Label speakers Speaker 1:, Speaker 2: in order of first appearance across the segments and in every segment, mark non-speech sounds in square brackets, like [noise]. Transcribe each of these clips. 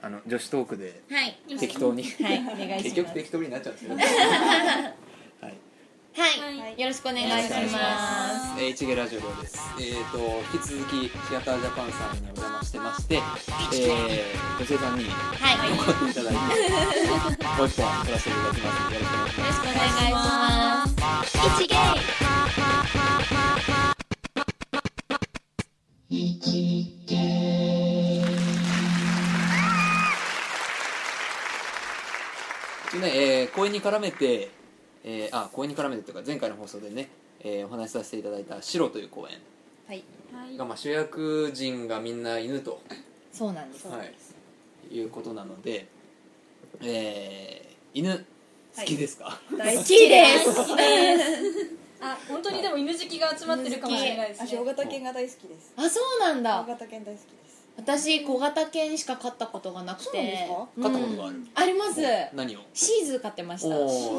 Speaker 1: あの女子トークで
Speaker 2: はい
Speaker 1: 適当に
Speaker 2: はいお願い
Speaker 1: 結
Speaker 2: しま
Speaker 1: 局
Speaker 2: す
Speaker 1: 適当になっちゃうん
Speaker 2: [laughs]
Speaker 1: ですよねはい
Speaker 2: はい、
Speaker 3: はい
Speaker 2: よろしくお願いします
Speaker 1: お願いしえー、一芸ラジオ寮です。えー、と引き続きシアタージャパンさんにお邪魔してまして、えー、女性さんに
Speaker 2: はいよろしく
Speaker 1: 残っていただいて、もう一本撮らせていただきます。よろしくお願いします。
Speaker 2: お願いします一芸
Speaker 1: でね、えー、公演に絡めて、えー、あ公演に絡めてというか前回の放送でね、えー、お話しさせていただいた白という公演
Speaker 2: はい
Speaker 1: が、まあ、主役陣がみんな犬と、
Speaker 2: そうなんです、
Speaker 1: はい、いうことなので、えー、犬好きですか、
Speaker 3: 大
Speaker 2: 好きです
Speaker 3: あ本当にでも犬好きが集まってるかもしれないですね
Speaker 4: 私大型犬が大好きです
Speaker 2: あそうなん
Speaker 4: 大
Speaker 2: だ
Speaker 4: 型犬大好きです
Speaker 2: 私小型犬しか飼ったことがなくて
Speaker 4: そうなんですか
Speaker 1: 飼ったことがある
Speaker 2: うんあります
Speaker 1: 何を
Speaker 2: シーズー飼ってました
Speaker 1: おー
Speaker 2: う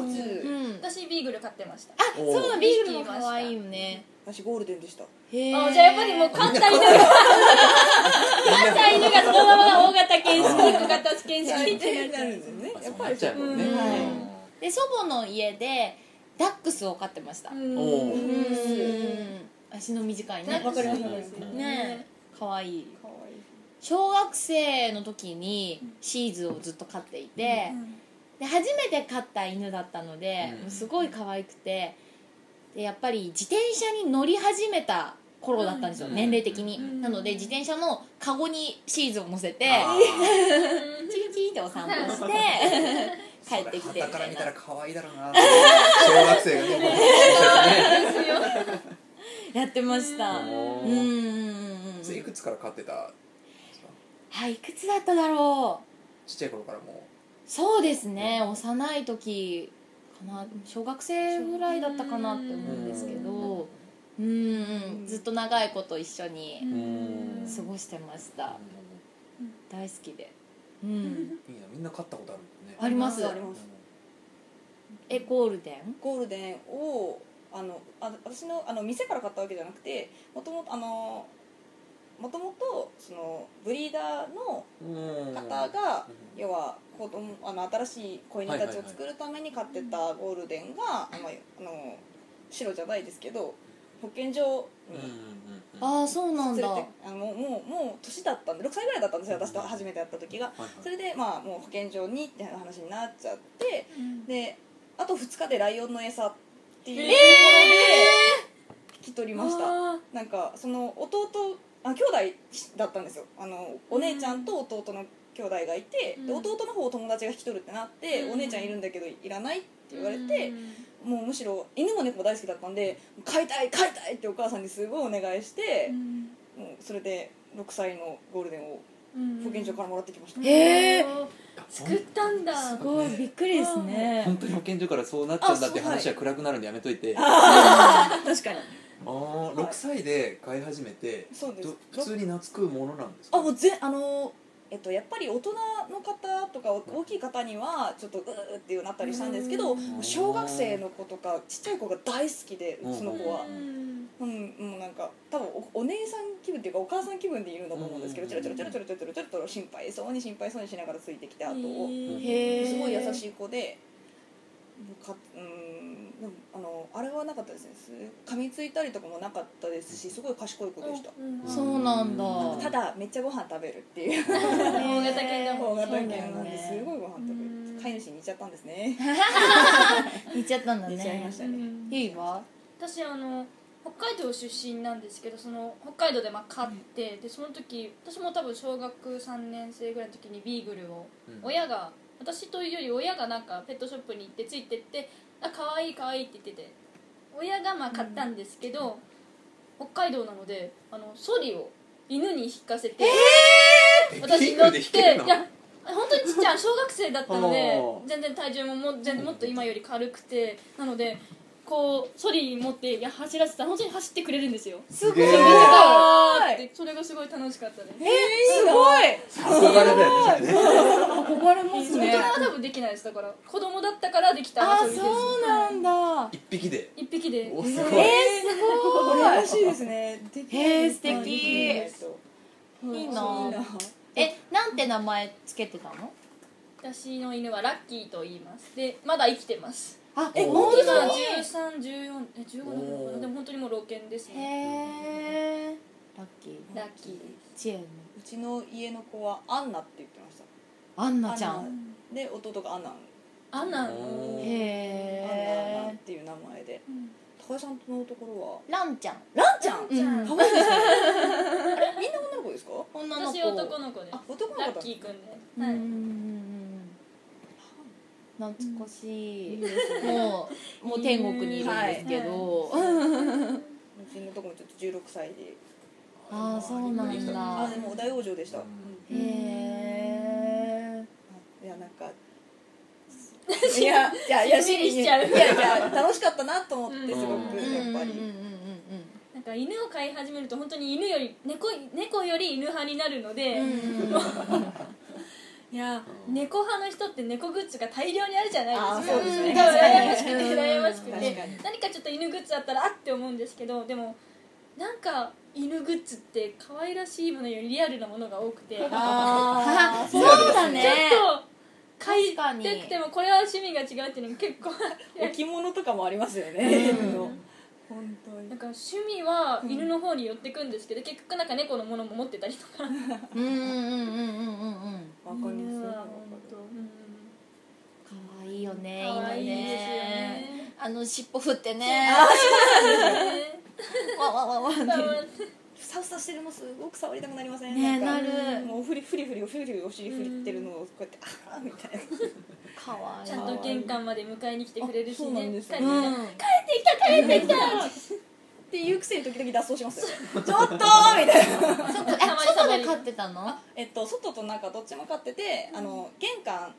Speaker 2: んあ
Speaker 3: 私ビーグル飼ってました
Speaker 2: そうなのビーグルも可愛いよね
Speaker 4: 私ゴールデンでした
Speaker 2: へー
Speaker 3: あじゃあやっぱりもう飼った犬が飼った犬がそのまま大型犬式小型犬式ってなっちゃう
Speaker 4: ですね
Speaker 1: まあ
Speaker 4: や
Speaker 1: そ
Speaker 4: っ
Speaker 1: う
Speaker 4: ぱ
Speaker 1: なっ
Speaker 4: り
Speaker 1: ちゃうもんね、
Speaker 3: うん
Speaker 2: はいで祖母の家でダックスを飼ってましたうん
Speaker 3: うん
Speaker 1: おー
Speaker 2: 足の短い
Speaker 3: ダ
Speaker 2: ね
Speaker 3: ックス
Speaker 4: わかります
Speaker 3: うん
Speaker 2: ねかわいい
Speaker 4: 可愛い
Speaker 2: 小学生の時にシーズーをずっと飼っていて、で初めて飼った犬だったので、
Speaker 1: うん
Speaker 2: もうすごい可愛くてでやっぱり自転車に乗り始めた頃だったんですよ、
Speaker 1: うん
Speaker 2: 年齢的に、
Speaker 3: うん
Speaker 2: なので自転車のカゴにシーズーを乗せて
Speaker 1: あ
Speaker 2: チリチリってお散歩して
Speaker 1: ー
Speaker 2: 帰ってきて
Speaker 1: それ
Speaker 2: み
Speaker 1: 傍か
Speaker 2: た
Speaker 1: ら
Speaker 2: い [laughs]
Speaker 1: 見
Speaker 2: な
Speaker 1: たら可愛いだろうな小学生がね
Speaker 3: ですよ
Speaker 2: やってました
Speaker 1: こ
Speaker 2: う
Speaker 1: うやっ
Speaker 2: ん
Speaker 1: て
Speaker 2: うん
Speaker 1: ね
Speaker 2: うんうん
Speaker 1: それいくつから飼ってた
Speaker 2: はいいくつだっただろう
Speaker 1: ちっちゃい頃からも
Speaker 2: そうですね幼い時かな小学生ぐらいだったかなって思うんですけどうんうんずっと長いこと一緒に
Speaker 1: ん
Speaker 2: 過ごしてまし
Speaker 1: う
Speaker 2: た大好きでうん
Speaker 1: いいなみんな飼ったことあるもんね
Speaker 2: あります
Speaker 4: あります
Speaker 2: えゴールデン
Speaker 4: ゴールデンをあのあ私のあの店から買ったわけじゃなくてもともとあのもともとそのブリーダーの
Speaker 1: うん
Speaker 4: 方が
Speaker 1: うん
Speaker 4: 要は子供あの新しい子犬たちを作るために飼ってたゴールデンがあのあの白じゃないですけど保健所
Speaker 1: うんう
Speaker 4: に
Speaker 1: んうんうん
Speaker 2: ああそうな
Speaker 4: 連
Speaker 2: ん
Speaker 4: れて
Speaker 2: だ
Speaker 4: あのもうもうもう年だったんで6歳ぐらいだったんですよ私と初めて会った時が
Speaker 1: はい
Speaker 4: それでまあもう保健所にって話になっちゃってであと2日でライオンの餌っていうところで引き取りました
Speaker 2: あ
Speaker 4: なんかその弟あ兄弟だったんですよあのお姉ちゃんと弟の兄弟がいて、
Speaker 3: うん
Speaker 4: で弟の方を友達が引き取るってなって、
Speaker 3: うん
Speaker 4: お姉ちゃんいるんだけどいらないって言われて、もうむしろ犬も猫も大好きだったんで飼いたい飼いたいってお母さんにすごいお願いして、もうそれで6歳のゴールデンを保健所からもらってきました、
Speaker 2: んへえ
Speaker 1: ほん
Speaker 3: 作ったんだ
Speaker 2: すごいびっくりですね
Speaker 1: 本当に保健所からそうなっちゃうんだって
Speaker 4: あそうはい
Speaker 1: 話は暗くなるんでやめといて
Speaker 4: 確かに
Speaker 1: あー6歳で飼い始めて
Speaker 4: そうです
Speaker 1: ど普通に懐くものなんですか
Speaker 4: あもうぜあのえっと、やっぱり大人の方とか大きい方にはちょっとうーっていうなったりしたんですけ
Speaker 3: う
Speaker 4: ど、
Speaker 3: ん
Speaker 4: もう小学生の子とかちっちゃい子が大好きで
Speaker 1: うん
Speaker 4: その子は、うんもうなんか多分おお姉さん気分っていうかお母さん気分でいるんだと思うんですけど
Speaker 1: うん
Speaker 4: チロチロチロチロチロチロチロチロ心配そうに心配そうにしながらついてきて後を
Speaker 2: へえ
Speaker 4: すごい優
Speaker 2: い
Speaker 4: しい子で。もうかうんでもあのあれはなかったですねす噛みついたりとかもなかったですしすごい賢い子でした、
Speaker 2: そうなんだ
Speaker 1: うん
Speaker 4: ただめっちゃご飯食べるっていう
Speaker 3: 大型犬だ
Speaker 4: 大
Speaker 3: もん
Speaker 4: 型 [laughs] 犬
Speaker 2: そうだよ
Speaker 4: なんで
Speaker 2: ね
Speaker 4: すごいご飯
Speaker 3: うん
Speaker 4: 食べる飼い主に似ちゃったんですね
Speaker 2: 似ちゃったんだね
Speaker 4: 似ちゃいましたね
Speaker 2: ゆいは
Speaker 3: 私あの北海道出身なんですけどその北海道でまあ飼って、でその時私も多分小学3年生ぐらいの時にビーグルを、
Speaker 1: うん
Speaker 3: 親が私というより親がなんかペットショップに行ってついてって「あ可愛い可愛いって言ってて親がまあ買ったんですけど、北海道なのであのソリを犬に引かせて、私乗って
Speaker 1: ビー
Speaker 3: い
Speaker 1: グルで引けるの
Speaker 3: や本当にちっちゃい小学生だったので
Speaker 1: おー
Speaker 3: 全然体重ももう全然もっと今より軽くてなのでこうソリ持っていや走らせたら本当に走ってくれるんですよ
Speaker 1: すげえ
Speaker 3: あーってそれがすごい楽しかったです
Speaker 2: えすごい
Speaker 1: 憧れだよね
Speaker 2: 憧れます
Speaker 3: 大
Speaker 2: ね
Speaker 3: 人は多分できないですだから子供だったからできた
Speaker 2: あ
Speaker 3: 遊びです
Speaker 2: そうなんだ
Speaker 1: 一匹で
Speaker 3: 一匹で
Speaker 1: おすごい
Speaker 2: えー、すごい
Speaker 4: らしいですね
Speaker 2: へー素敵
Speaker 4: できないと
Speaker 2: いい
Speaker 4: そう
Speaker 2: な
Speaker 4: な
Speaker 2: え何なんて名前つけてたの
Speaker 3: 私の犬はラッキーと言いますでまだ生きてます
Speaker 2: あ
Speaker 4: え
Speaker 2: 本当
Speaker 3: 今
Speaker 2: に
Speaker 3: 1314え15なのか
Speaker 1: おー
Speaker 3: なでも本当にもう老犬です
Speaker 2: へ
Speaker 3: ね
Speaker 2: えラッキー
Speaker 3: ラッキーで
Speaker 2: 知恵の
Speaker 4: うちの家の子はアンナって言ってました
Speaker 2: アンナちゃ
Speaker 4: アン
Speaker 2: ん
Speaker 4: で弟がアナン
Speaker 3: アナ
Speaker 1: お
Speaker 2: へ
Speaker 1: ー
Speaker 3: の
Speaker 4: アンナアンナっ
Speaker 2: え
Speaker 4: ていう名前で高井さんのところ
Speaker 2: ランちゃん
Speaker 4: はランちゃん
Speaker 2: うん
Speaker 4: 可愛いですねあれみんな女の子ですか
Speaker 2: 女の子
Speaker 3: 私男の子で
Speaker 4: あ男の子だ
Speaker 3: ラッキーくん
Speaker 2: う
Speaker 3: で、
Speaker 2: んう
Speaker 3: は
Speaker 2: ん
Speaker 3: い
Speaker 2: うんうん懐かし
Speaker 4: いい
Speaker 2: い
Speaker 4: ですね
Speaker 2: もうもう天国にいるんですけど、
Speaker 4: うちのとこもちょっと16歳で
Speaker 2: ああそうなんだ
Speaker 4: あでもお大往生でした、
Speaker 1: うん
Speaker 2: へえ
Speaker 4: いやなんかいやいやいや
Speaker 3: しんみりしちゃう
Speaker 4: いやいや楽しかったなと思ってすごくやっ
Speaker 1: うん
Speaker 4: ぱ
Speaker 2: うんうん
Speaker 4: り
Speaker 3: なんか犬を飼い始めると本当に犬より猫猫より犬派になるので、
Speaker 2: うんうんうんうん
Speaker 3: いや
Speaker 1: うん
Speaker 3: 猫派の人って猫グッズが大量にあるじゃないですか
Speaker 4: あーそうですね
Speaker 3: ん羨ましくて
Speaker 2: うん
Speaker 3: 羨ましく
Speaker 4: 確
Speaker 3: て
Speaker 4: かに
Speaker 3: 何かちょっと犬グッズあったらあって思うんですけどでもなんか犬グッズって可愛らしいものよりリアルなものが多くてちょっと
Speaker 4: あ
Speaker 2: あ
Speaker 4: [laughs] ー
Speaker 2: そうだね
Speaker 3: 買
Speaker 2: 確
Speaker 3: い
Speaker 2: かに
Speaker 3: たくてもこれは趣味が違うっていうのが結構あって
Speaker 4: 置物とかもありますよね、
Speaker 2: うん
Speaker 4: の本当に
Speaker 3: なんか趣味は犬の方に寄ってくんですけど結局なんか猫のものも持ってたりとか
Speaker 2: うんうんうんうんうんうんうん
Speaker 4: わかります
Speaker 3: 犬
Speaker 4: わ
Speaker 3: は
Speaker 4: か
Speaker 3: 本当うん
Speaker 2: 可愛いよね
Speaker 3: 可愛い
Speaker 2: 今
Speaker 3: ですよ
Speaker 2: ね
Speaker 3: ね
Speaker 2: あの尻尾振ってねわわわわって
Speaker 4: るふさふさしてるのすごく触りたくなりません
Speaker 2: ね
Speaker 4: なんか
Speaker 2: なる
Speaker 4: もうフリフリフリフリフリお尻振ってるのをこうやってああみたいな
Speaker 2: 可愛い
Speaker 3: ちゃんと玄関まで迎えに来てくれるし
Speaker 4: あそうなん
Speaker 3: ね
Speaker 4: ですね
Speaker 3: 帰ってき
Speaker 2: う
Speaker 3: た
Speaker 2: ん
Speaker 3: 帰ってきた
Speaker 4: っていうくせに時々脱走しますよちょっとみたいな
Speaker 2: そっかえ外で飼ってたの
Speaker 4: えっと外と中どっちも飼ってて、あの玄関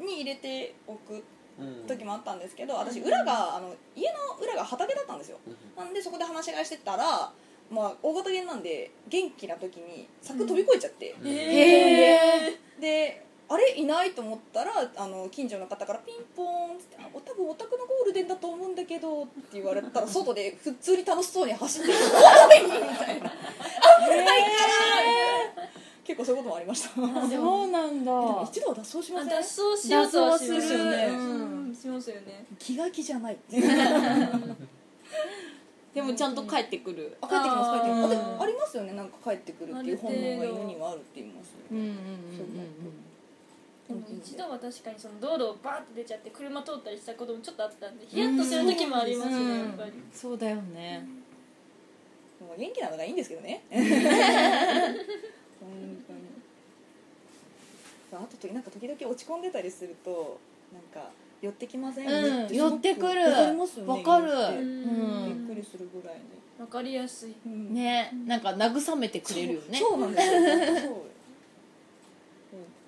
Speaker 4: に入れておく
Speaker 1: うん
Speaker 4: 時もあったんですけど私裏があの家の裏が畑だったんですよなんでそこで話し合いしてたら、まあ、大型犬なんで元気な時に柵飛び越えちゃって、
Speaker 1: うん
Speaker 3: え
Speaker 2: へえ
Speaker 4: であれいないと思ったらあの近所の方からピンポーンっつってあ「お多分お宅のゴールデンだと思うんだけど」って言われたら外で普通に楽しそうに走ってる「ゴールデン!」みたいな「危ないから!」みたいな [laughs] 結構そういうこともありましたで
Speaker 2: そうなんだ
Speaker 4: も一度は脱走しません
Speaker 3: 脱走しようとはします
Speaker 4: 脱走はするよね
Speaker 3: うんしますよね
Speaker 4: 気が気じゃないっていうあ帰ってき
Speaker 2: でもちゃんと帰ってくる
Speaker 4: ます帰ってきますあで
Speaker 3: うん
Speaker 4: もありますよねなんか帰ってくるっていう本能が犬にはあるって言いますよ
Speaker 2: うんうん
Speaker 4: ね
Speaker 3: でも一度は確かにその道路をバーって出ちゃって車通ったりしたこともちょっとあったんでヒヤッとする時もありま
Speaker 2: う
Speaker 3: すねやっ
Speaker 2: ん
Speaker 3: ぱり
Speaker 2: そうだよね
Speaker 4: もう元気なのがいいんですけ
Speaker 2: [laughs]
Speaker 4: どね本当にあとなんか時々落ち込んでたりするとなんか寄ってきません
Speaker 2: うん
Speaker 4: すご
Speaker 2: 寄ってくる
Speaker 4: わかりますよね
Speaker 2: わかる
Speaker 4: 犬って
Speaker 2: うん
Speaker 4: びっくりするぐらいに、
Speaker 3: わかりやすい
Speaker 4: うん
Speaker 2: ねなんか慰めてくれるよね
Speaker 4: そうなんですよそう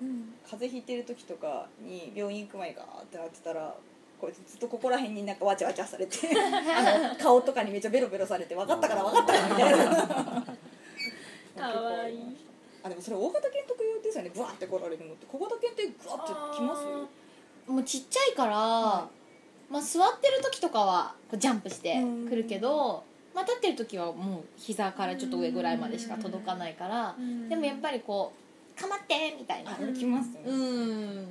Speaker 2: [laughs]
Speaker 4: 風邪ひいてる時とかに病院行く前にガーってなってたらこうやってずっとここら辺になんかわちゃわちゃされてあの顔とかにめっちゃベロベロされて分かったから分かったからみたいな
Speaker 3: かわいい
Speaker 4: あでもそれ大型犬特有ですよねブワって来られるのって小型犬ってグワってきますよ
Speaker 2: もうちっちゃいから、まあ、座ってる時とかはこうジャンプしてくるけど、まあ、立ってる時はもう膝からちょっと上ぐらいまでしか届かないから、でもやっぱりこう「かまって!」みたいな
Speaker 4: あれ来ますよ
Speaker 2: う
Speaker 4: ね、
Speaker 2: ん
Speaker 4: なん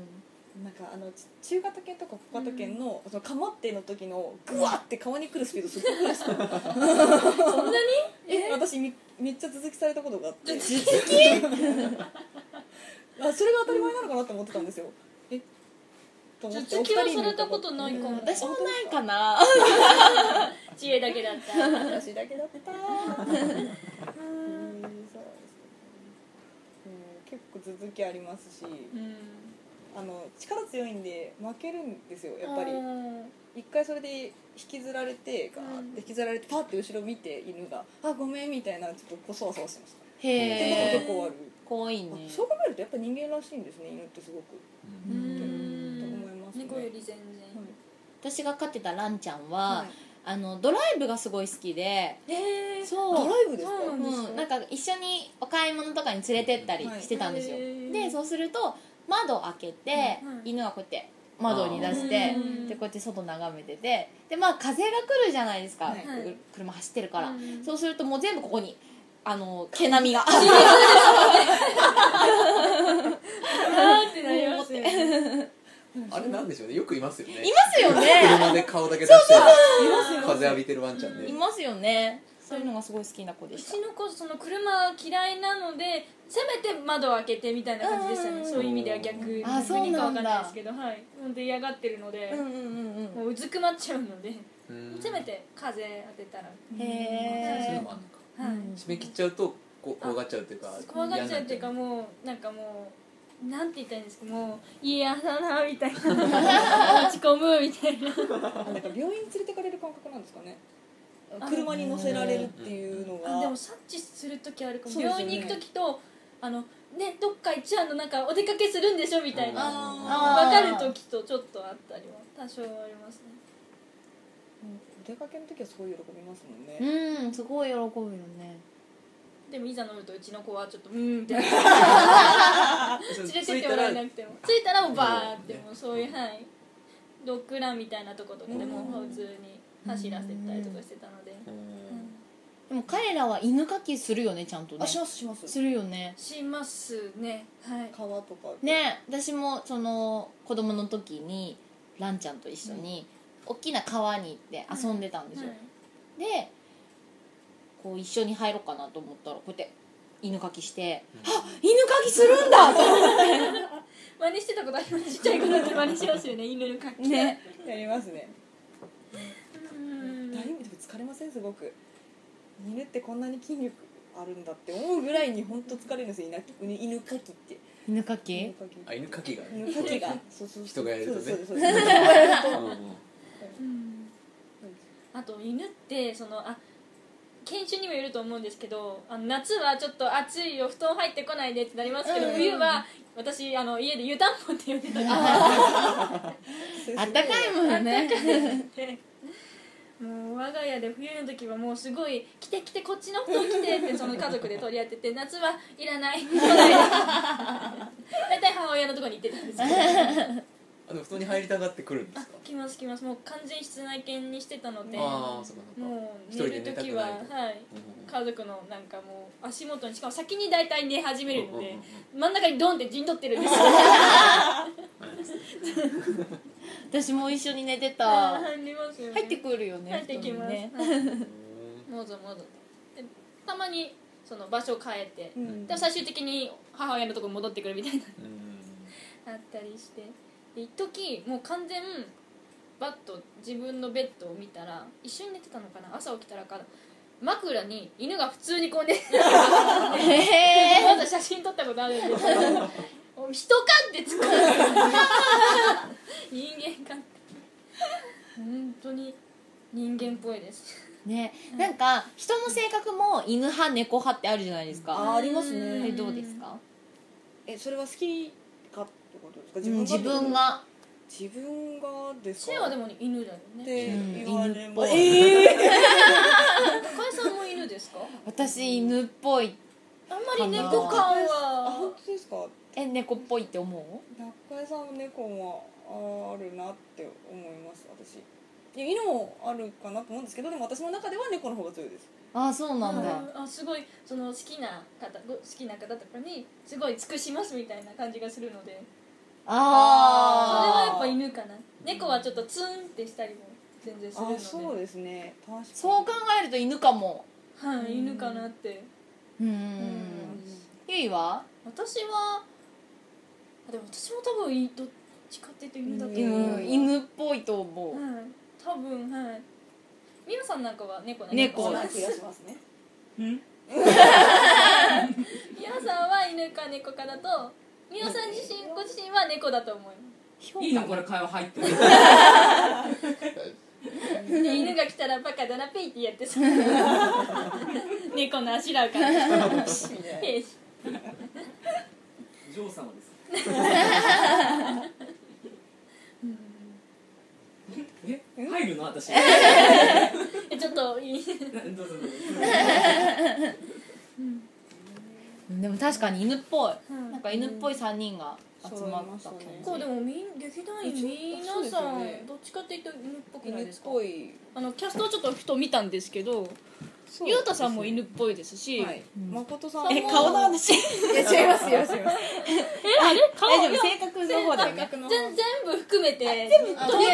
Speaker 4: かあのち中型犬とか小型犬の,、そのかまっての時のグワって顔に来るスピードすごくないですか
Speaker 3: そんなに
Speaker 4: え私みめっちゃ続きされたことがあって続きあそれが当たり前なのかなって思ってたんですよえと思って
Speaker 3: 頭突きはされたことないかも
Speaker 4: お二人に
Speaker 2: 私もないか
Speaker 4: [laughs]
Speaker 2: な
Speaker 3: 知恵だけだった
Speaker 4: 私だけだったうんそうですねうん結構続きありますしあの力強いんで負けるんですよやっぱり一回それで引きずられてガーって引きずられてパッて後ろ見て犬が「あごめん」みたいなちょっとこうそわそわしてました
Speaker 2: へ
Speaker 4: っ
Speaker 2: え
Speaker 4: てことは結構
Speaker 2: 怖い
Speaker 4: ある、
Speaker 2: ね
Speaker 4: あそう考えるとやっぱ人間らしいんですね犬ってすごく、
Speaker 1: うん
Speaker 3: うん
Speaker 4: と思いますね
Speaker 3: 猫より全然
Speaker 2: 私が飼ってたランちゃんは、
Speaker 4: はい
Speaker 2: あのドライブがすごい好きで
Speaker 3: え
Speaker 2: そう
Speaker 4: ドライブですか
Speaker 3: そうなんです
Speaker 2: うん、なんか一緒にお買い物とかに連れてったりしてたんですよ、
Speaker 3: はいへー
Speaker 2: でそうすると窓開けて、
Speaker 3: うんうん
Speaker 2: 犬はこうやって窓に出して
Speaker 3: うん
Speaker 2: でこうやって外眺めててでまあ風が来るじゃないですか、
Speaker 4: はい
Speaker 2: こう車走ってるから、
Speaker 3: うん
Speaker 2: そうするともう全部ここにあの毛並みが
Speaker 1: れなんでしょうねよくいますよね
Speaker 2: いますよね
Speaker 1: 車で顔だけ出して風浴びてるワンちゃん
Speaker 2: [laughs] い
Speaker 1: で
Speaker 2: ますよねそういうのがすごい好きな子
Speaker 3: う
Speaker 2: でした
Speaker 3: ちの子その車嫌いなのでせめて窓を開けてみたいな感じでした
Speaker 2: うんう
Speaker 3: ね
Speaker 2: んうん
Speaker 3: そういう意味では逆に
Speaker 2: あそうなん
Speaker 3: 何
Speaker 2: だ
Speaker 3: かわかんないですけどはいほんで嫌がってるので
Speaker 2: うんうんうん
Speaker 3: もううずくまっちゃうので
Speaker 1: うん
Speaker 3: せめて風当てたら
Speaker 2: うん
Speaker 1: そういう
Speaker 2: へ
Speaker 1: のもあんのか
Speaker 2: ー
Speaker 3: は
Speaker 2: うん
Speaker 3: い
Speaker 1: 締め切っちゃうとこ怖がっちゃうっていうか
Speaker 3: 怖がっちゃうっていうか
Speaker 1: 嫌にな
Speaker 3: もうなんかもうなんて言ったらいいんですかもう家やだなみ
Speaker 2: [laughs]
Speaker 3: たいな落ち込むみたいな
Speaker 4: あなんか病院連れてかれる感覚なんですかね
Speaker 3: あ
Speaker 4: 車に乗せられるっていうのが
Speaker 3: あでも察知する時あるかも、
Speaker 4: そうですよ
Speaker 3: 病
Speaker 4: ね
Speaker 3: 院に行く時とあのねどっか行っちゃうのなんかお出かけするんでしょみたいな、
Speaker 1: あ
Speaker 2: ー
Speaker 3: 分かる時とちょっとあったりは多少はありますね
Speaker 4: うんお出かけの時はすごい喜びますもんね、
Speaker 2: うんすごい喜ぶよね
Speaker 3: でもいざ飲むとうちの子はちょっとうーん [laughs] って連
Speaker 1: る
Speaker 3: れてってもらえなくても着いたらもうバーって
Speaker 1: うん
Speaker 3: もうそういうはいドッグランみたいなとことかでも
Speaker 4: うん
Speaker 3: 普通に走らせたりとかしてたので、
Speaker 1: うん
Speaker 2: でも彼らは犬かきするよねちゃんとね
Speaker 4: あしますします
Speaker 2: するよね
Speaker 3: しますねはい
Speaker 4: 川とか
Speaker 2: ね私もその子供の時にランちゃんと一緒に大きな川に行って遊んでたんですよ、でこう一緒に入ろうかなと思ったらこうやって犬かきして「あ犬かきするんだ!」と思っ
Speaker 3: 真似してたことありますちっちゃい子だって真似しますよね犬の
Speaker 2: て
Speaker 3: き
Speaker 2: ね
Speaker 4: やりますね
Speaker 3: うん
Speaker 4: 大丈夫でも疲れませんすごく犬ってこんなに筋力あるんだって思うぐらいに本当疲れるんですよ犬犬かきって
Speaker 2: 犬か
Speaker 4: 犬
Speaker 2: き
Speaker 4: かき
Speaker 1: あ犬かきがある
Speaker 4: 犬かきがそうそうそう
Speaker 1: 人がやるとね
Speaker 4: そうですそうです人がやると
Speaker 3: うんあと犬ってそのあ犬種にもよると思うんですけどあの夏はちょっと暑いよ布団入ってこないでってなりますけど、
Speaker 2: うん
Speaker 3: 冬は私あの家で湯たんぽって呼んでたり
Speaker 2: [laughs] あったかいもんね
Speaker 3: して [laughs] もう我が家で冬の時はもうすごい「来て来てこっちの布団来て」ってその家族で取り合ってて夏はいら [laughs] ない来ないで大体母親のところに行ってたんです
Speaker 5: [laughs]
Speaker 3: けど
Speaker 1: あの布団に入りたがってくるんですか
Speaker 3: 来ます来ますもう完全室内犬にしてたので
Speaker 1: ああそうかそうか
Speaker 3: もう
Speaker 1: 一人
Speaker 3: 寝
Speaker 1: で
Speaker 3: る
Speaker 1: 寝たくない
Speaker 3: 時
Speaker 1: と
Speaker 3: ははい家族のなんかもう足元にしかも先に大体寝始める
Speaker 1: う
Speaker 3: の
Speaker 1: んうん
Speaker 3: で
Speaker 1: うん
Speaker 3: 真ん中にドンって陣取ってるんです [laughs] よ
Speaker 2: 私も一緒に寝てた
Speaker 3: 入りますよね
Speaker 2: 入ってくるよね
Speaker 3: 入ってきま
Speaker 2: 布
Speaker 3: す、
Speaker 2: 団にね
Speaker 3: はい
Speaker 1: うん
Speaker 3: もぞもぞでたまにその場所を変えて
Speaker 4: う、ん
Speaker 3: でも最終的に母親のとこに戻ってくるみたい
Speaker 1: う
Speaker 3: なあったりしてで一時もう完全バッと自分のベッドを見たら一緒に寝てたのかな朝起きたらか枕に犬が普通にこう寝てた
Speaker 2: へ
Speaker 3: まだ写真撮ったことあるんですけど人かってつく人間かって本当に [laughs] 人間っぽいです
Speaker 2: え [laughs] ねなんか人の性格も犬派猫派ってあるじゃないですか
Speaker 4: ああります
Speaker 2: あ
Speaker 3: ー
Speaker 2: れ
Speaker 4: ね
Speaker 2: どうですか
Speaker 4: えそれは好きかってことですか
Speaker 2: うん自分が
Speaker 4: 自分がです
Speaker 3: シ
Speaker 4: か
Speaker 3: ェはでも犬だよね
Speaker 4: って言われ
Speaker 2: うん
Speaker 4: ます、
Speaker 3: 高井さんも犬ですか
Speaker 2: 私犬っぽい
Speaker 3: あんまり猫感
Speaker 4: あ
Speaker 3: は
Speaker 4: 本当ですか
Speaker 2: え猫っぽいって思
Speaker 4: 中江さんの猫もあるなって思います私いや犬もあるかなと思うんですけどでも私の中では猫の方が強いです
Speaker 2: うああそうなんだ、
Speaker 3: うんあすごいその好きな方ご好きな方とかにすごい尽くしますみたいな感じがするのでそれはや
Speaker 2: あ
Speaker 3: っ
Speaker 2: あ
Speaker 3: ぱ犬かな猫はちょっとツンってしたりも全然するの
Speaker 4: あ
Speaker 3: で
Speaker 4: そうですね確かに
Speaker 2: そう考えると犬かも
Speaker 3: はい、犬かなって
Speaker 2: うーん
Speaker 4: うん
Speaker 2: んゆいは
Speaker 3: 私はあでも私も多分いどっちかっていうと犬だと
Speaker 4: う
Speaker 2: う
Speaker 3: 思う、
Speaker 4: ん
Speaker 2: ん犬っぽいと思う
Speaker 3: はい、多分はい美桜さんなんかは猫な
Speaker 2: 猫
Speaker 4: そ
Speaker 3: 美
Speaker 4: うな
Speaker 2: だ
Speaker 4: 気がしますね
Speaker 3: 桜さんは犬か猫かだと美桜さん自身ご自身は猫だと思います
Speaker 6: いいのこれ会話入ってる
Speaker 3: で犬が来たらバカだなペイってやって [laughs] さ猫のあしらうからペイ
Speaker 6: ジョー様ですえ入るの私な
Speaker 3: えちょっといい
Speaker 6: どうぞどうぞ
Speaker 2: でも確かに犬っぽい
Speaker 3: うん
Speaker 2: なんか犬っぽい3人が集まった
Speaker 4: そういます
Speaker 2: け
Speaker 4: ね
Speaker 2: ど
Speaker 3: こうでもみん劇団員
Speaker 4: そう
Speaker 3: 皆
Speaker 4: です
Speaker 3: さ
Speaker 4: よ
Speaker 3: ん、
Speaker 4: ね
Speaker 3: どっちかっていうと犬っぽくな
Speaker 4: 犬
Speaker 3: い
Speaker 4: っ
Speaker 3: ですか
Speaker 4: ぽい
Speaker 3: あのキャストをちょっとふと見たんですけどゆうたさんも犬っぽいですし、
Speaker 4: はい、
Speaker 2: うん
Speaker 4: 誠さんも
Speaker 2: え顔の話
Speaker 4: いや違います違います違います
Speaker 3: あれ顔
Speaker 2: 大丈夫性格の方だよね
Speaker 4: 性格の
Speaker 3: 全全部含めて
Speaker 2: 全部
Speaker 3: トータル
Speaker 2: トータル
Speaker 3: トー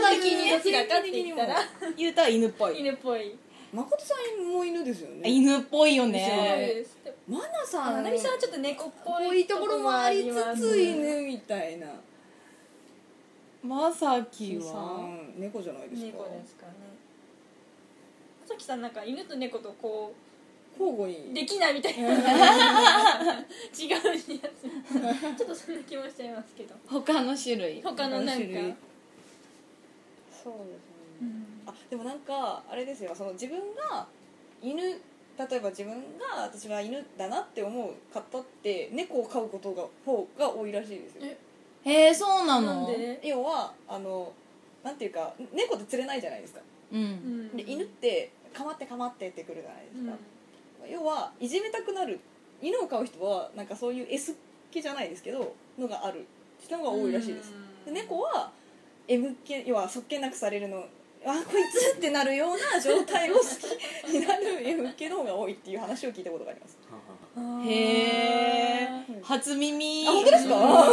Speaker 3: タル的にどちらかって言ったら
Speaker 2: 言うたら犬っぽい
Speaker 3: 犬っぽい
Speaker 4: 誠さんも犬ですよね
Speaker 2: 犬っぽいよ
Speaker 3: そう
Speaker 2: ね
Speaker 3: ですでも
Speaker 4: マナさん
Speaker 3: ななみさんはちょっと猫っぽ
Speaker 4: こう
Speaker 3: い
Speaker 4: いうところもあり
Speaker 3: ところもあ
Speaker 4: つ
Speaker 3: り
Speaker 4: つ犬みたいな
Speaker 2: まさき
Speaker 4: さ
Speaker 2: は
Speaker 4: ん猫じゃないですか
Speaker 3: 猫ですかねさきさんなんか犬と猫とこ
Speaker 4: 交互
Speaker 3: う
Speaker 4: に
Speaker 3: できないみた [laughs] いな違うやつちょっとそんな気もしちゃいますけど
Speaker 2: 他の種類
Speaker 3: 他のなんか
Speaker 4: 何種類そうですねあでもなんかあれですよその自分が犬例えば自分が私は犬だなって思う方って猫を飼うことが方が多いらしいですよ
Speaker 3: え
Speaker 2: へえそうな
Speaker 3: な
Speaker 2: の
Speaker 3: んで
Speaker 4: 要はあのなんていうか猫って釣れないじゃないですか
Speaker 2: う
Speaker 3: うんん
Speaker 4: で犬って「かまってかまって」ってくるじゃないですか、要はいじめたくなる犬を飼う人はなんかそういう S 系じゃないですけどのがある人のが多いらしいです、
Speaker 3: うん
Speaker 4: で猫は M 系要はそっけなくされるのあこいつってなるような状態を好きになる M 系の方が多いっていう話を聞いたことがあります
Speaker 2: へえ
Speaker 3: あー
Speaker 2: 初耳
Speaker 4: あ本当ですか、は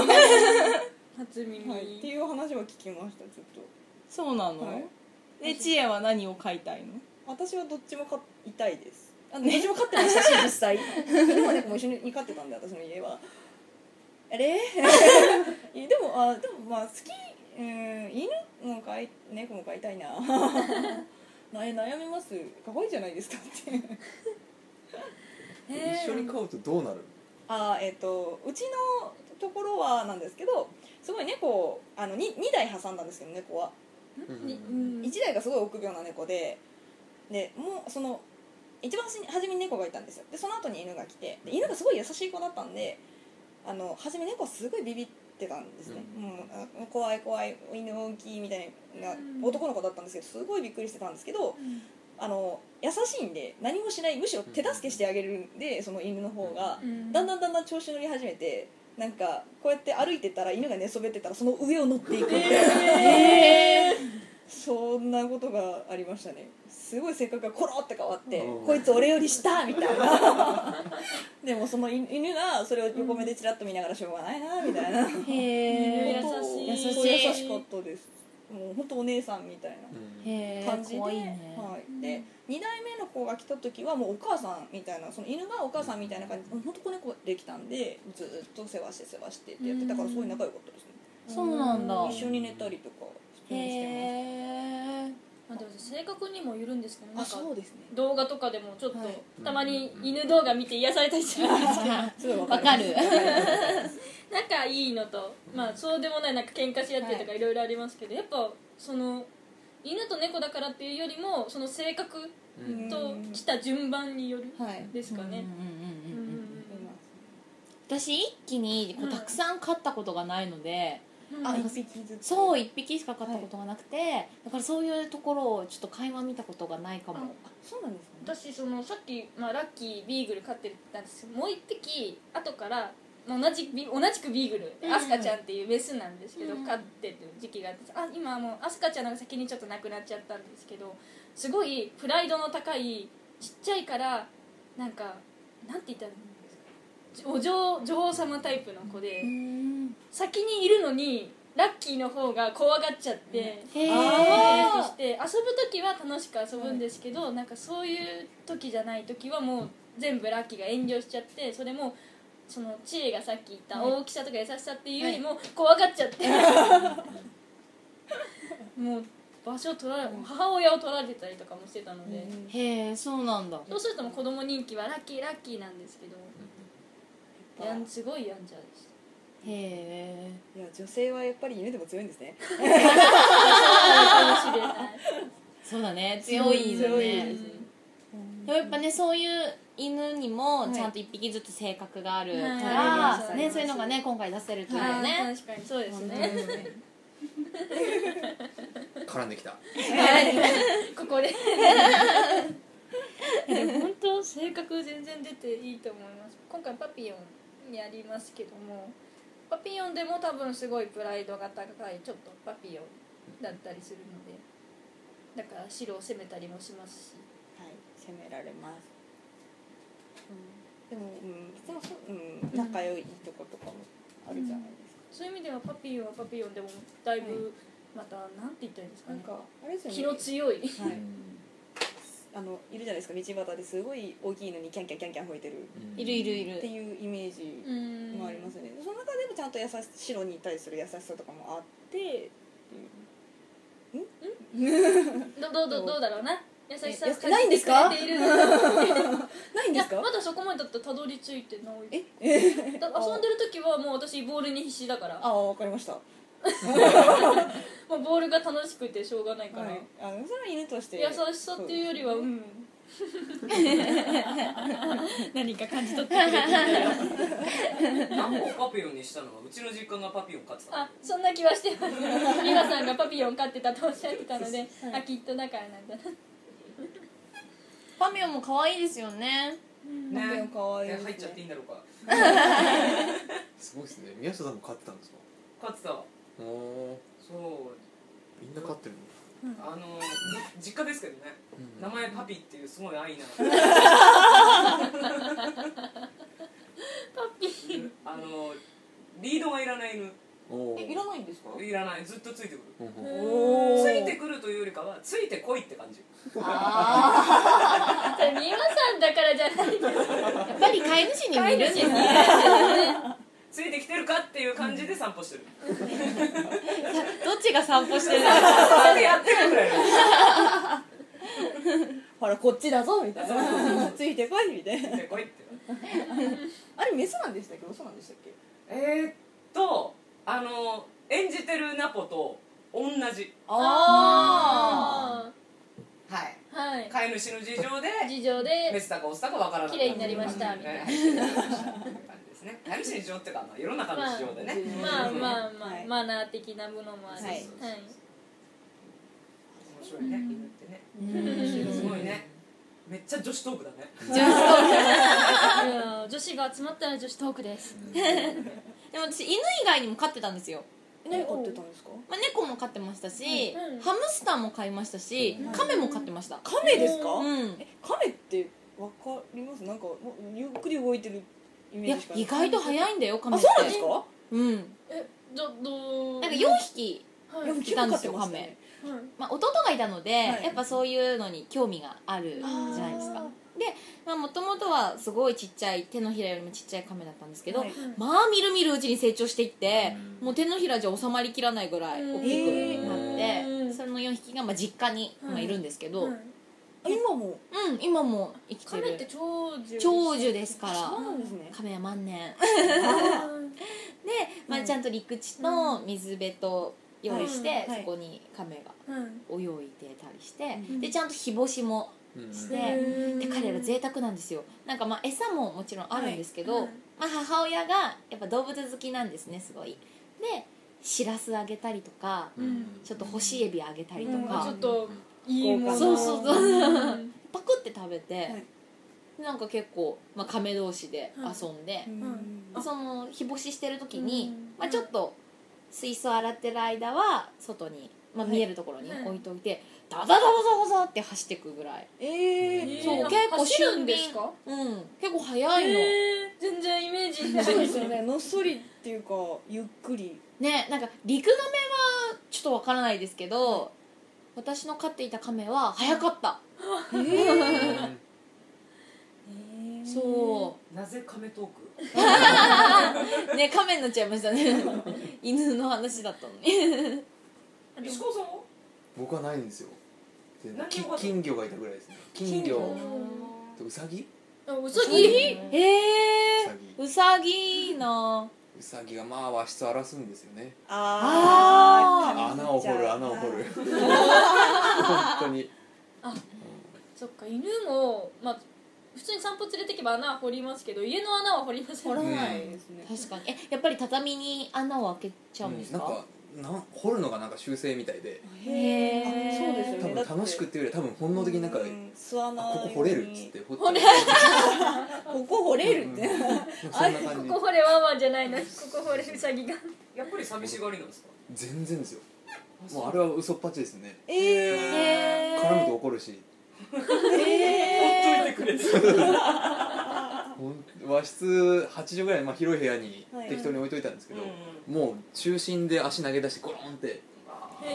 Speaker 3: 初耳、
Speaker 4: い、っていう話は聞きましたちょっと
Speaker 2: そうな
Speaker 4: はい
Speaker 2: のえ知恵は何を飼いたいの
Speaker 4: 私はどっちも飼いたいですあのどっちも飼ってましたし実 [laughs] 際犬も猫も一緒に飼ってたんで私の家はあ [laughs] れでもあでもまあ好きうん犬も飼い猫も飼いた [laughs] いなな悩みます可愛いじゃないですかって
Speaker 3: へ
Speaker 5: [laughs]
Speaker 3: ー
Speaker 5: 一緒に飼うとどうなる
Speaker 4: あーえっ、とうちのところはなんですけどすごい猫をあの 2, 2台挟んだんですけど猫は
Speaker 5: うん
Speaker 3: にうん
Speaker 4: 1台がすごい臆病な猫ででもうその一番初めに猫がいたんですよでその後に犬が来てで犬がすごい優しい子だったんであの初め猫はすごいビビってたんですね、もうあ怖い怖い犬大きいみたいな
Speaker 3: うん
Speaker 4: 男の子だったんですけどすごいびっくりしてたんですけどあの優しいんで何もしないむしろ手助けしてあげるんでその犬の方が。
Speaker 3: うん
Speaker 4: だんだんだんだん調子乗り始めてなんかこうやって歩いてたら犬が寝そべってたらその上を乗っていくみたいな、そんなことがありましたねすごい性格がコロって変わって
Speaker 5: うん
Speaker 4: こいつ俺より下みたいな
Speaker 5: [laughs]
Speaker 4: でもその犬犬がそれを横目でチラッと見ながらしょうがないなみたいな優
Speaker 2: へえ
Speaker 3: 優しい
Speaker 2: 優しい
Speaker 4: 優しかったですもう本当お姉さんみたいな
Speaker 2: へえ
Speaker 4: 感じで,、
Speaker 2: 可愛いね
Speaker 4: はい、で2代目の子が来た時はもうお母さんみたいなその犬がお母さんみたいな感じで本当子猫できたんでずっと世話して世話してってやってたからすごい仲良かったですね、
Speaker 2: そうなんだ
Speaker 4: 一緒に寝たりとか普通
Speaker 2: へ
Speaker 4: にしてま
Speaker 2: え
Speaker 3: あでも性格にもよるんですかねなん
Speaker 4: す
Speaker 3: か
Speaker 4: うですね
Speaker 3: 動画とかでもちょっと、
Speaker 4: はい
Speaker 3: たまに犬動画見て癒されたりするんですけど
Speaker 4: すごいわ
Speaker 2: わかる
Speaker 3: 仲いいのと、まあ、そうでもないなんか喧嘩し合ってとかいろいろありますけど、やっぱその犬と猫だからっていうよりもその性格
Speaker 4: うん
Speaker 3: と来た順番による
Speaker 4: はい
Speaker 3: ですかね。
Speaker 2: うんうんうんうんうん
Speaker 4: い
Speaker 2: 私一気にこ
Speaker 3: う
Speaker 2: うんたくさん飼ったことがないので、
Speaker 3: うん
Speaker 4: ますあ
Speaker 3: うん
Speaker 4: 一匹ずつ
Speaker 2: そう
Speaker 4: う
Speaker 2: 一匹しか飼ったことがなくて、だからそういうところをちょっと会話見たことがないかも、
Speaker 4: あそうなんですね
Speaker 3: 私そのさっき、まあ、ラッキービーグル飼ってるって言ったんですけどもう一匹後からまあ同じビ同じくビーグル、
Speaker 2: うん
Speaker 3: アスカちゃんっていうメスなんですけど、
Speaker 2: うん
Speaker 3: 飼ってる時期があってあ今はもうアスカちゃんが先にちょっと亡くなっちゃったんですけどすごいプライドの高いちっちゃいからなんかなんて言ったらいいんですかお嬢女王様タイプの子で、
Speaker 2: うん、
Speaker 3: 先にいるのにラッキーの方が怖がっちゃって。
Speaker 2: へ
Speaker 3: え
Speaker 2: え
Speaker 3: ーして遊ぶ時は楽しく遊ぶんですけど、なんかそういう時じゃない時はもう全部ラッキーが遠慮しちゃってそれもその知恵がさっき言った
Speaker 4: はい
Speaker 3: 大きさとか優しさっていうよりも怖がっちゃって、 [laughs] もう場所を取られ母親を取られたりとかもしてたので、
Speaker 4: うん
Speaker 2: へえそうなんだ
Speaker 3: そうするともう子供人気はラッキーラッキーなんですけど、やんすごいやんちゃで [laughs] し
Speaker 2: へえ
Speaker 4: いや女性はやっぱり犬でも強いんですね
Speaker 3: たかもしれない
Speaker 2: そうだね強いよね
Speaker 4: 強いですね
Speaker 2: でもやっぱねそういう犬にも
Speaker 4: い
Speaker 2: ちゃんと一匹ずつ性格があるから、
Speaker 3: はい
Speaker 4: はい
Speaker 2: ね、そういうのがね今回出せるといいよね、
Speaker 3: はい確かにそうですね
Speaker 5: 絡んできた
Speaker 3: こ [laughs] こで本当性格全然出ていいと思います今回パピヨンやりますけどもパピヨンでも多分すごいプライドが高いちょっとパピヨンだったりするのでだから白を攻めたりもしますし
Speaker 4: はい、責められます。でも、うん、いつもそう、うん、仲良いとことかもけじゃないですか、
Speaker 3: そういう意味ではパピヨンはパピヨンでもだいぶまたなんて言ったらいいんですか
Speaker 4: なん
Speaker 3: ね
Speaker 4: かあれですよね
Speaker 3: 気の強い
Speaker 4: はい、あのいるじゃないですか道端ですごい大きいのにキャンキャンキャンキャン吠えてる
Speaker 5: うん
Speaker 2: いるいるい
Speaker 4: っ
Speaker 2: る
Speaker 4: ていうイメージ
Speaker 3: うん
Speaker 4: もありますよね、その中でもちゃんと優し白に対する優しさとかもあって
Speaker 3: どどうどうどうだろうな優しさを
Speaker 4: えないんですか
Speaker 3: 感じてくれている
Speaker 4: ないん
Speaker 3: い
Speaker 4: で
Speaker 3: や
Speaker 4: すか
Speaker 3: まだそこまでだったらたどり着いてない
Speaker 4: え
Speaker 3: [laughs] だから遊んでる時はもう私ボールに必死だから
Speaker 4: ああわかりました、は
Speaker 3: もうボールが楽しくてしょうがない
Speaker 4: い
Speaker 3: から、、
Speaker 4: あのそれは犬として
Speaker 3: 優しさっていうよりは
Speaker 4: そうですね
Speaker 3: ん
Speaker 2: 何か感じ取ってくれてる
Speaker 6: 何をパピヨンにしたのはうちの実家がパピヨン飼ってた
Speaker 3: あそんな気はしてます
Speaker 4: [laughs]
Speaker 3: 美和さんがパピヨン飼ってたとおっしゃってたので、あきっとだからなんだな
Speaker 2: パミオンも可愛いですよね
Speaker 6: ね
Speaker 4: パピヨン可愛い
Speaker 6: え
Speaker 4: ですね
Speaker 6: 入っちゃっていいんだろうか
Speaker 5: すごいですね宮下さんも飼ってたんですか
Speaker 6: 飼ってたわ
Speaker 5: おー
Speaker 6: そう
Speaker 5: みんな飼ってるの
Speaker 6: あの実家ですけどね名前パピっていうすごい愛な
Speaker 3: パピ
Speaker 6: あのリードがいらない犬
Speaker 5: おー
Speaker 4: えいらないんですか
Speaker 6: いらないずっとついてくる
Speaker 5: うんうん
Speaker 4: お
Speaker 6: ついてくるというよりかはついてこいって感じ
Speaker 2: あ
Speaker 3: それ美和さんだからじゃないです
Speaker 2: あやっぱり飼い主にもいるんですね
Speaker 6: ついてきてるかっていう感じで散歩してる
Speaker 2: どっちが散歩してるの
Speaker 6: [laughs] それでやってるぐらいの
Speaker 4: ほらこっちだぞみたいなついてこいみたいな
Speaker 6: ついてこいって
Speaker 4: あれメスなんでしたっけオスなんでしたっけ
Speaker 6: えー、っとあの演じてるナポと同じ
Speaker 3: あ
Speaker 6: はい
Speaker 3: あはい
Speaker 6: 飼い主の事情で
Speaker 3: 事情
Speaker 6: メ
Speaker 3: で
Speaker 6: スだかオスだかわからない
Speaker 3: 綺麗になりましたみ
Speaker 6: [laughs]
Speaker 3: たいな
Speaker 6: ね綺麗になりましたっていう感じですね飼い主の事情っていうか、まあ、世の中の事情でね、
Speaker 3: まあまあまあ、
Speaker 4: はい
Speaker 3: マナー的なものもあるし、
Speaker 4: はい
Speaker 3: はい
Speaker 6: 面白いね犬ってねすごいねめっちゃ女子トークだね
Speaker 3: いやー女子が集まったら女子トークです
Speaker 2: でも私犬以外にも飼ってたんですよ、
Speaker 4: 何飼ってたんですか
Speaker 2: まあ、猫も飼ってましたし、
Speaker 3: うん
Speaker 2: ハムスターも飼いましたし、
Speaker 5: うん
Speaker 2: カメも飼ってました
Speaker 4: カメですか、
Speaker 2: うん
Speaker 4: えカメってわかりますなんかもうゆっくり動いてるイ
Speaker 2: い
Speaker 4: メー
Speaker 2: や
Speaker 4: ジしかない
Speaker 2: 意外と早いんだよカメ
Speaker 4: あ
Speaker 2: って
Speaker 4: そうなんですか
Speaker 2: うん
Speaker 3: えどどう
Speaker 2: なんか4匹、
Speaker 3: はいは
Speaker 4: いや
Speaker 3: い
Speaker 4: もうキュウ飼ってましたね
Speaker 2: まあ、弟がいたので、
Speaker 4: はい
Speaker 2: やっぱそういうのに興味があるじゃないですか
Speaker 4: あ
Speaker 2: でもともとはすごいちっちゃい手のひらよりもちっちゃいカメだったんですけど、
Speaker 4: はい
Speaker 2: まあみるみるうちに成長していって、
Speaker 5: うん
Speaker 2: もう手のひらじゃ収まりきらないぐらい大きくなって、
Speaker 3: うん
Speaker 2: その4匹がまあ実家に今いるんですけど、
Speaker 3: う
Speaker 2: うんん
Speaker 4: あ今も
Speaker 2: 今も生きて
Speaker 3: カ
Speaker 2: る
Speaker 3: メって長寿
Speaker 2: 長寿ですから
Speaker 4: そうなんですね
Speaker 2: カメは万年で、
Speaker 3: う
Speaker 2: まあ、ちゃんと陸地と水辺と用意して、
Speaker 4: うんはい
Speaker 2: そこにカメが
Speaker 3: んうん
Speaker 2: 泳いでたりして、
Speaker 4: うん
Speaker 2: でちゃんと日干しも
Speaker 5: うん
Speaker 2: して、
Speaker 3: うん
Speaker 2: で彼ら贅沢なんですよなんかまあ餌ももちろんあるんですけど、
Speaker 3: はいうん
Speaker 2: まあ、母親がやっぱ動物好きなんですねすごいでしらすあげたりとか、
Speaker 5: うん
Speaker 2: ちょっと干しエビあげたりと
Speaker 4: うん
Speaker 2: か、
Speaker 3: ちょっといいもの
Speaker 2: そうそうそう
Speaker 3: うん
Speaker 2: パクって食べて、
Speaker 4: い
Speaker 2: なんか結構、まあ、亀同士で遊んで、
Speaker 4: うん
Speaker 3: うん
Speaker 2: その日干ししてる時に、
Speaker 3: うん
Speaker 2: まあ、ちょっと水槽洗ってる間は外に、まあ、
Speaker 4: はい
Speaker 2: 見えるところに
Speaker 3: はい
Speaker 2: 置いといて、ダダダダダダダって走ってくぐらい、
Speaker 4: え
Speaker 5: うん
Speaker 4: ー、
Speaker 2: そう
Speaker 3: えー
Speaker 2: 結構
Speaker 3: 走るんですか
Speaker 2: うん、結構早いの、
Speaker 3: えー全然イメージない
Speaker 4: そうですよね [laughs] のっそりっていうかゆっくり
Speaker 2: ねなんか陸亀はちょっとわからないですけど、私の飼っていた亀は早かった、そ
Speaker 6: なぜカメトーク
Speaker 2: うね亀になっちゃいましたね犬の話だったのに
Speaker 6: 石川さんは
Speaker 5: 僕はないんですよで
Speaker 6: 何を
Speaker 5: き
Speaker 6: 飼って
Speaker 5: 金魚がいたぐらいですね金魚
Speaker 3: う
Speaker 5: とウサギ
Speaker 3: んあウサギ
Speaker 2: え
Speaker 5: ウサ
Speaker 2: え
Speaker 5: ギ
Speaker 2: ー、うさぎの
Speaker 5: ウサギがまあ和室荒らすんですよね
Speaker 2: あ
Speaker 5: 穴を掘る穴を掘る本当に
Speaker 3: そっか犬もまあ普通に散歩連れてけば穴は掘りますけど家の穴は掘りません
Speaker 4: 掘ら
Speaker 5: ん
Speaker 4: ないですね、
Speaker 2: 確かにえやっぱり畳に穴を開けちゃうんです
Speaker 5: なん
Speaker 2: か,、
Speaker 5: かなん掘るのがなんか修正みたいで
Speaker 2: へー
Speaker 4: あそうですよ
Speaker 5: 多
Speaker 4: ね
Speaker 5: 分楽しくっていうよりは多分本能的になんか
Speaker 4: うん巣穴
Speaker 5: あここ掘れるっつって掘って
Speaker 4: ここ掘れるって、
Speaker 5: うんそんな感じ
Speaker 3: ここ掘れワンワンじゃないのにここ掘れウサギが
Speaker 6: やっぱり寂しがりなんですか
Speaker 5: 全然ですよもうあれは嘘っぱちですね
Speaker 4: えー、
Speaker 2: え
Speaker 5: 絡むと怒るし
Speaker 2: ー、え
Speaker 6: ほっといてくれて
Speaker 1: ほん和室8畳ぐらい、まあ、広い部屋に
Speaker 4: はい
Speaker 1: 適当に置いといたんですけ
Speaker 6: う
Speaker 1: ど、
Speaker 6: んうん
Speaker 1: もう中心で足投げ出してゴロンって
Speaker 3: へ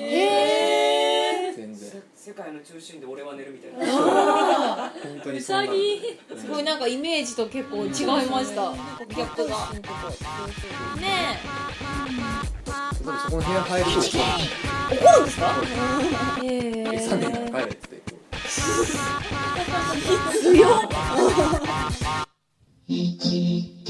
Speaker 3: え
Speaker 1: 全然
Speaker 6: せ世界の中心で俺は寝るみたいな
Speaker 1: 本
Speaker 3: [laughs]
Speaker 1: 当
Speaker 3: う
Speaker 1: に
Speaker 3: さ
Speaker 1: なん
Speaker 3: ぎね
Speaker 1: です
Speaker 2: ごいなんかイメージと結構違いました、ギャップが
Speaker 1: でもそこの部屋入ると怒るんですかええ冷めない帰れってこう
Speaker 7: 1